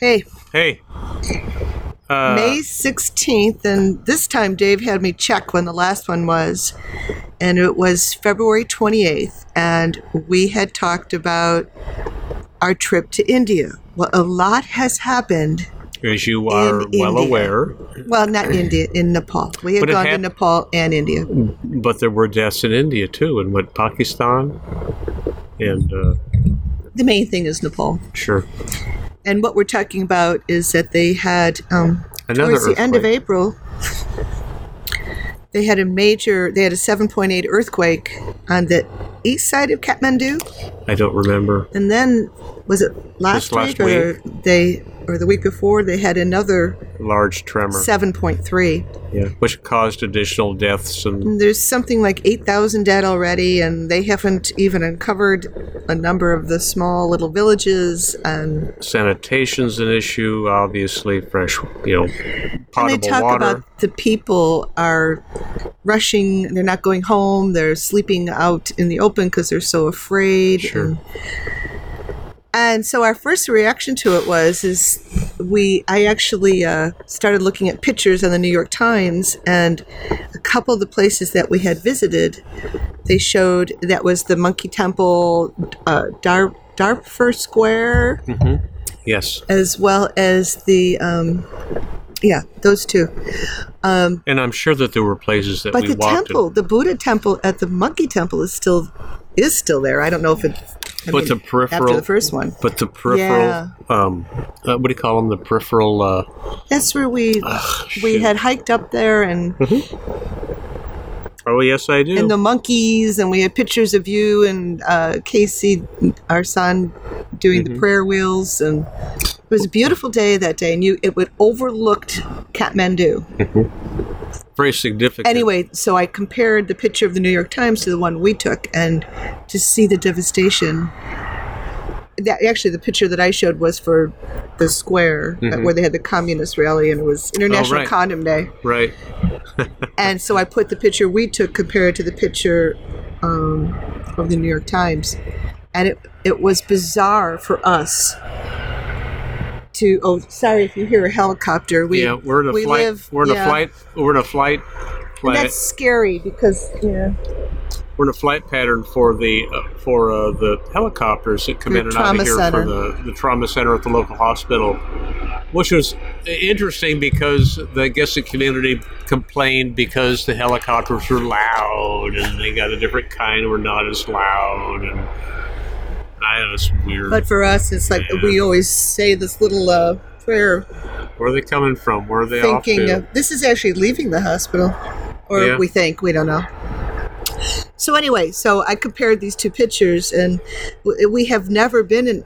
Hey, Hey. Uh, May 16th, and this time Dave had me check when the last one was, and it was February 28th, and we had talked about our trip to India. Well, a lot has happened. as you are in well India. aware, Well, not India, in Nepal. We had But it gone to hap- Nepal and India. but there were deaths in India too, and what Pakistan, and uh, The main thing is Nepal. sure And what we're talking about is that they had, um, another towards the end of earthquake. April, they had a major, they had a 7.8 earthquake on the east side of Kathmandu. I don't remember. And then was it last, Just last week or they or the week before they had another Large tremor, 7.3. yeah, which caused additional deaths and And there's something like 8,000 dead already and they haven't even uncovered a number of the small little villages and, sanitation's an issue. Obviously, fresh, you know, and they potable talk water. about the people are rushing, they're not going home, they're sleeping out in the open cuz they're so afraid Sure. and And so our first reaction to it was is we I actually uh, started looking at pictures on the New York Times and a couple of the places that we had visited they showed that was the Monkey Temple uh, Dar Darfur Square Hmm. yes, as well as the um, yeah those two and I'm sure that there were places that but we the walked. in- temple the Buddha temple at the Monkey Temple is still is still there I don't know if it I But the after peripheral- the first one but the peripheral, Yeah. um, uh, what do you call them? The peripheral. Uh, that's where we we shoot. Mm-hmm. had hiked up there and oh yes, I do. and the monkeys, and we had pictures of you and uh, Casey, our son, doing Mm-hmm. the prayer wheels, and it was a beautiful day that day, and you it would overlooked Kathmandu. Very significant. Anyway, so I compared the picture of the New York Times to the one we took, and to see the devastation. That actually, the picture that I showed was for the square uh, where they had the communist rally, and it was International Mm-hmm. Oh, right. Condom Day. right. And so I put the picture we took compared to the picture um, of the New York Times. And it, it was bizarre for us to. Oh, sorry if you hear a helicopter. We, yeah, we're in a we flight. live- we're in yeah. a flight. We're in a flight. And Planet, that's scary because, yeah, we're in a flight pattern for the uh, for uh, the helicopters that come The in and out trauma of here center. for the, the trauma center at the local hospital, which was interesting because the, I guess the community complained because the helicopters were loud and they got a different kind were not as loud and I know it's weird. but for us, it's like Yeah. we always say this little uh, prayer Where are they coming from? Where are they off thinking to? of this is actually leaving the hospital or Yeah. we think we don't know so anyway so i compared these two pictures and w- we have never been in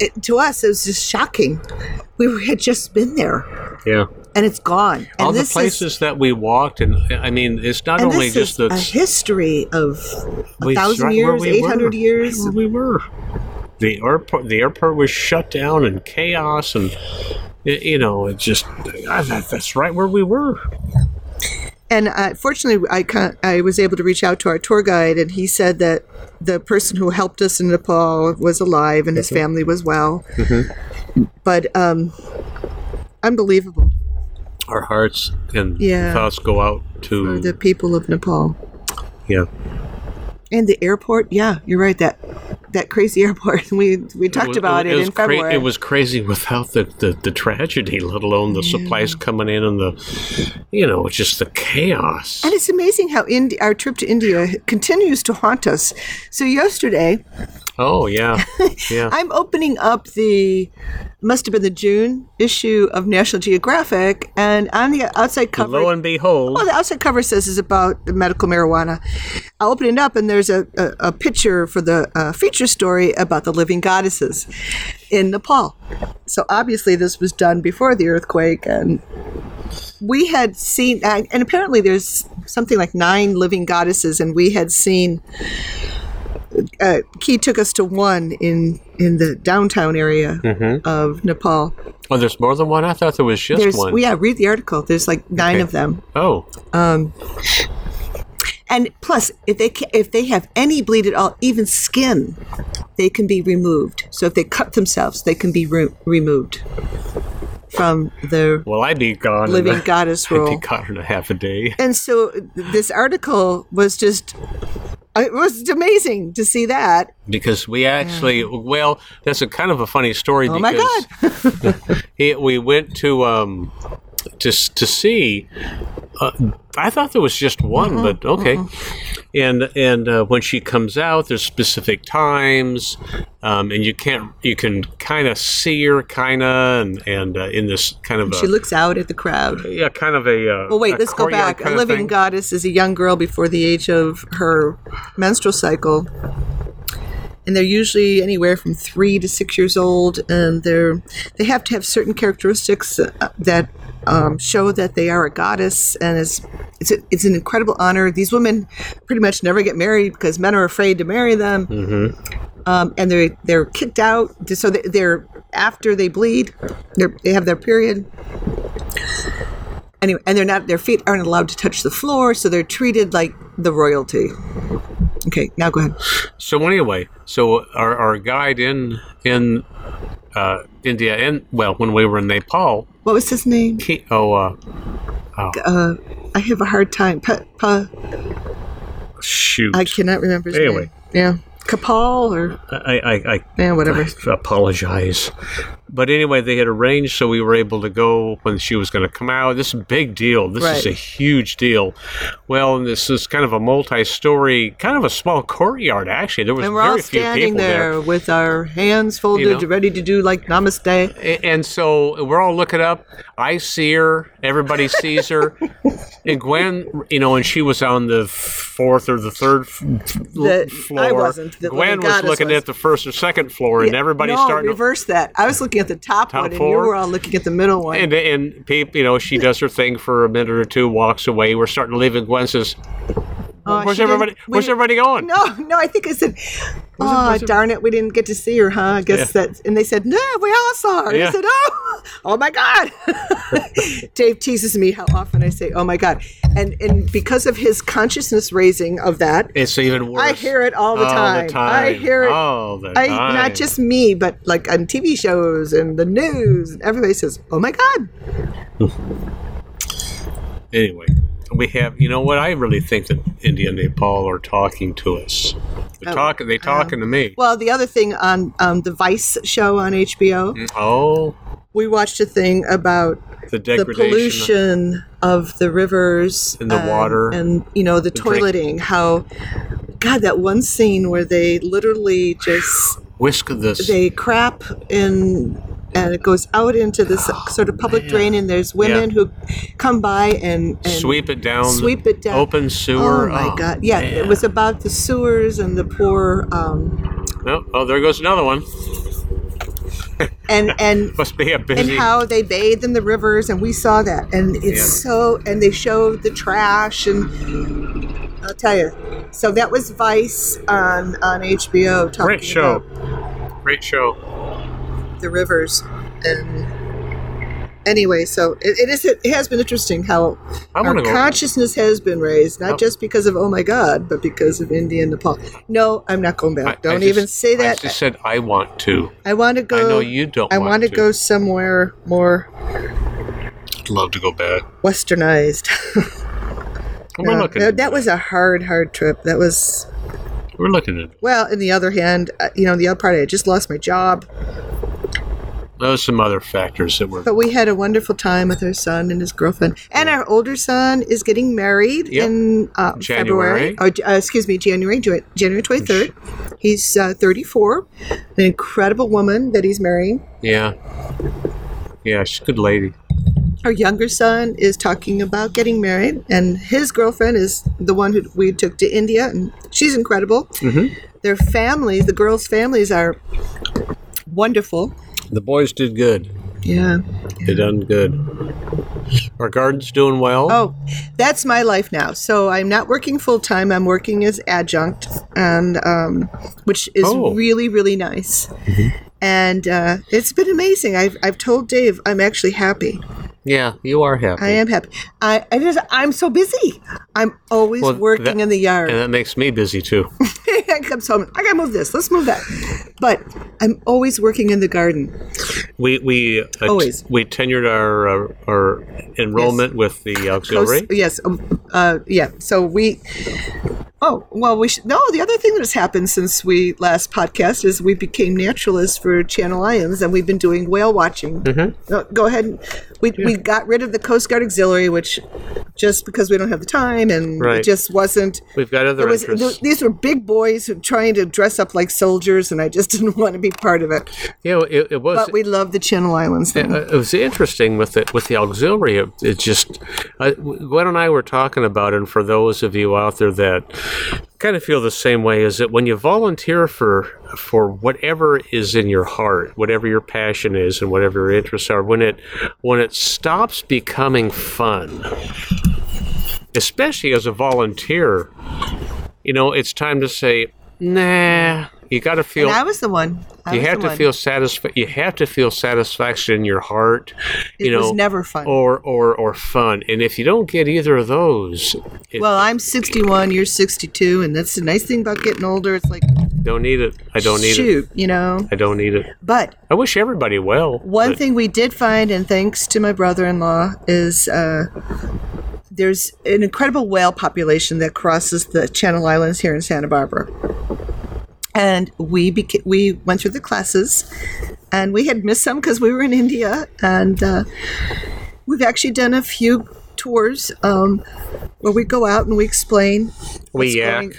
it, to us it was just shocking we had just been there yeah, and it's gone and all the this is places that we walked, and I mean, it's not and only this just is the a history of a We thousand struck where years, we eight hundred were. years. Where we were. The airport, the airport was shut down in chaos, and y- you know, it just ah, that, that's right where we were. And uh, fortunately, I con- I was able to reach out to our tour guide, and he said that the person who helped us in Nepal was alive and his family was well. But um, unbelievable Our hearts and Yeah. thoughts go out for to the people of Nepal yeah, and the airport. Yeah, you're right that that crazy airport. We we talked was- about it, was in cra- February. it was crazy without the, the, the tragedy, let alone the supplies coming in and the you know, it's just the chaos. And it's amazing how Indi- our trip to India continues to haunt us. So yesterday, Oh yeah, yeah. I'm opening up the must have been the June issue of National Geographic, and on the outside cover, Lo and behold, well, the outside cover says is about the medical marijuana. I open it up, and there's a, a, a picture for the uh, feature story about the living goddesses in Nepal. So obviously, this was done before the earthquake, and we had seen, and and apparently, there's something like nine living goddesses, and we had seen uh, Key took us to one in in the downtown area of Nepal. oh, there's more than one. I thought there was Mm-hmm. just There's one. Oh, yeah, read the article. There's like nine Okay. of them, oh, And plus, if they ca- if they have any bleed at all, even skin, they can be removed. So if they cut themselves, they can be re- removed from their Well, I'd be gone. in living a- goddess I'd be role. gone in a half a day. And so this article was just it was amazing to see that. because we actually well that's a kind of a funny story Oh my because he, we went to um to, s- to see uh, i thought there was just one Mm-hmm, but okay and and uh, when she comes out there's specific times um, and you can't you can kind of see her kind of and and uh, in this kind of She a, looks out at the crowd. yeah kind of a uh, Well, wait, a let's go courtyard back. A kind of living thing. goddess is a young girl before the age of her menstrual cycle. And they're usually anywhere from three to six years old, and they're they have to have certain characteristics uh, that um, show that they are a goddess, and it's it's, a, it's an incredible honor. These women pretty much never get married because men are afraid to marry them, Mm-hmm. um, and they they're kicked out. So they, they're after they bleed, they're, they have their period anyway, and they're not their feet aren't allowed to touch the floor, so they're treated like the royalty. Okay, now go ahead. So anyway, so our, our guide in in uh, India and well, when we were in Nepal, What was his name? he, oh, uh, Uh, I have a hard time. Pa, pa, shoot, I cannot remember his Anyway. name. Yeah, Kapal or I, I, I yeah, whatever. apologize. But anyway, they had arranged so we were able to go when she was going to come out. This is a big deal. This is Right. a huge deal. Well, and this is kind of a multi-story, kind of a small courtyard actually. There was And we're very all few standing people there with our hands folded, know? ready to do like Namaste. A- and so we're all looking up. I see her. Everybody sees her. and Gwen, you know, and she was on the fourth or the third f- f- The- floor. I wasn't. The Gwen little was goddess looking was. at the first or second floor, and everybody's no, starting. To, reverse that. I was looking at the top, Top one, and you four? were all looking at the middle one. and and Peep, you know, she does her thing for a minute or two, walks away. We're starting to leave, and Gwen says, Oh, "Where's she didn't- everybody? we Where's didn't- everybody going?" No, no, I think I said, oh, darn it, we didn't get to see her, huh? I guess that. And they said, no, we all saw her. Yeah. I said, oh, oh my God. Dave teases me how often I say, oh my God. And, and because of his consciousness raising of that, It's even worse. I hear it all the, time. I hear it. all the I, time. not just me, but like on TV shows and the news, and everybody says, "Oh my God!" anyway, we have you know what I really think that India and Nepal are talking to us. They're talking. They talking to me. Oh. Well, the other thing on um, the Vice show on HBO, Oh, we watched a thing about the the degradation. pollution of the rivers And the water. and you know the, drink. toileting how god that one scene where they literally just Whisk of this. they crap in and it goes out into this Oh, sort of public drain and there's women who come by and, and sweep it down. sweep it down. Open oh sewer. my god yeah it was about the sewers and the poor um Oh, oh, there goes another one. and and Must be a and busy. how they bathe in the rivers and we saw that and it's so and they showed the trash and i'll tell you so that was vice on on hbo talking Great show. about Great show. the rivers and anyway so it, it is it has been interesting how I our want to go. consciousness has been raised not just because of oh my god but because of india and nepal no i'm not going I- back I don't just- even say that I just said I want to. i want to go I know you don't. I want, want to go somewhere more I'd love to go back. westernized We're Yeah, looking. that, that was a hard, hard trip. That was We're looking at. well. On the other hand, uh, you know, the other part, I just lost my job, Those some other factors that were. but we had a wonderful time with our son and his girlfriend. And our older son is getting married Yep. in uh, February. January. Or, uh, excuse me, January, Ju- January twenty third. He's uh, thirty four. An incredible woman that he's marrying. Yeah. Yeah, she's a good lady. Our younger son is talking about getting married, and his girlfriend is the one who we took to India, and she's incredible. Mm-hmm. Their families, the girls' families, are wonderful. The boys did good. Yeah. They done good. Our garden's doing well. Oh, that's my life now. So I'm not working full time. I'm working as adjunct, and um, which is Oh. Mm-hmm. really really nice. And uh, it's been amazing. I've I've told Dave I'm actually happy. Yeah, you are happy. I am happy. I, I just I'm so busy. I'm always Well, working that- in the yard. And that makes me busy too. I comes home. I gotta move this. Let's move that. But I'm always working in the garden. We we uh, t- Always. we tenured our uh, our enrollment with the auxiliary. Yes. um, Uh, yeah. So we. Oh well, we should. No, the other thing that has happened since we last podcast is we became naturalists for Channel Islands, and we've been doing whale watching. Mm-hmm. go ahead. and- We we got rid of the Coast Guard auxiliary, which just because we don't have the time, and Right. it just wasn't. We've got other It was, interests. th- these were big boys who trying to dress up like soldiers, and I just didn't want to be part of it. yeah, it, it was. But we love the Channel Islands thing. Uh, it was interesting with the with the auxiliary. It, it just uh, Gwen and I were talking about, it, and for those of you out there that kind of feel the same way, is that when you volunteer for for whatever is in your heart, whatever your passion is, and whatever your interests are, when it when it stops becoming fun, especially as a volunteer, you know, it's time to say, nah. You got to feel And I was the one. I you was have the to one. feel satisfied. You have to feel satisfaction in your heart. You It know, oh, was never fun. or or or fun. And if you don't get either of those, it, Well, I'm 61, you're 62, and that's the nice thing about getting older. It's like, don't need it. I don't need it. shoot, you know. I don't need it. But I wish everybody well. one but thing we did find, and thanks to my brother-in-law, is uh, there's an incredible whale population that crosses the Channel Islands here in Santa Barbara. And we beca- we went through the classes, and we had missed some because we were in India, and uh, we've actually done a few tours um, where we go out and we explain we yak. going-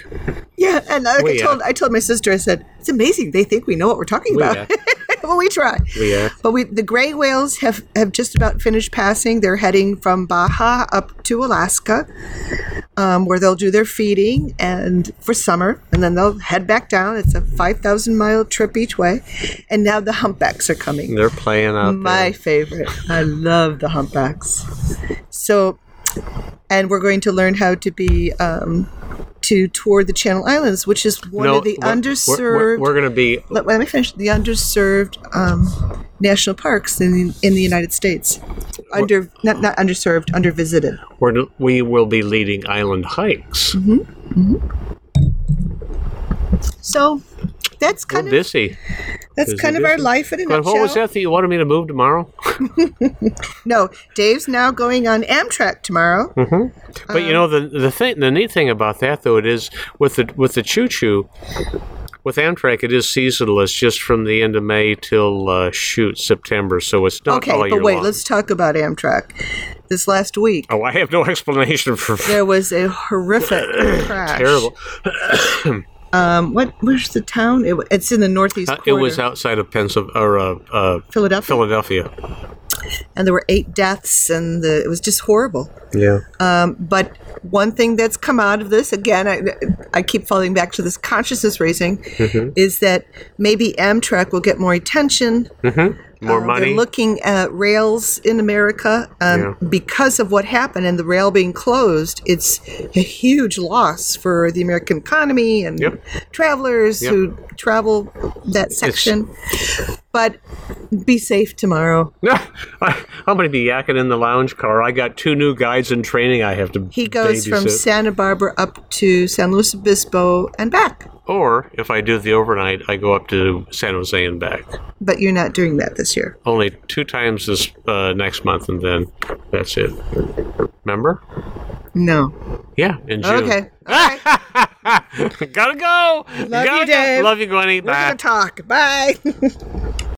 Yeah, and like I We, uh, told I told my sister, I said, it's amazing. They think we know what we're talking about. yeah. well, we try. We yak. But we, the gray whales have, have just about finished passing. They're heading from Baja up to Alaska, um, where they'll do their feeding and for summer, and then they'll head back down. It's a five thousand mile trip each way, and now the humpbacks are coming. They're playing out My favorite. I love the humpbacks. So, and we're going to learn how to be um, to tour the Channel Islands, which is one there. of the we're- we're- underserved. We're, we're going to be. let, let me finish. The underserved um, national parks in in the United States, under not not underserved, undervisited. We're, we will be leading island hikes. Mm-hmm. So, that's We're kind of busy. that's busy, kind of our busy. life in a But nutshell. what was that that you wanted me to move tomorrow? No, Dave's now going on Amtrak tomorrow. But Um, you know the the thing the neat thing about that though it is with the with the choo choo with Amtrak it is seasonal. It's just from the end of May till uh, shoot September, so it's not all Okay, year but wait, long. let's talk about Amtrak. This last week, oh, I have no explanation for there was a horrific crash. terrible. Um, what? Where's the town? It, wa- it's in the northeast Uh, it corner. was outside of Pennsylvania or uh, uh, Philadelphia, Philadelphia. and there were eight deaths, and the, it was just horrible. Yeah. Um, but one thing that's come out of this, again, I, I keep falling back to this consciousness raising, Mm-hmm. is that maybe Amtrak will get more attention. More Uh, money. They're looking at rails in America um, Yeah. because of what happened and the rail being closed. It's a huge loss for the American economy and Yep. travelers who travel that section. but be safe tomorrow. I, I'm going to be yakking in the lounge car. I got two new guides in training. I have to. He goes from babysit. Santa Barbara up to San Luis Obispo and back. or if I do the overnight, I go up to San Jose and back. But you're not doing that this year. only two times this uh, next month, and then that's it. Remember? No. Yeah, in June. Okay. All right. Gotta go. Love you, Dave. Love you, Gwenny. We're Bye. going to talk. Bye.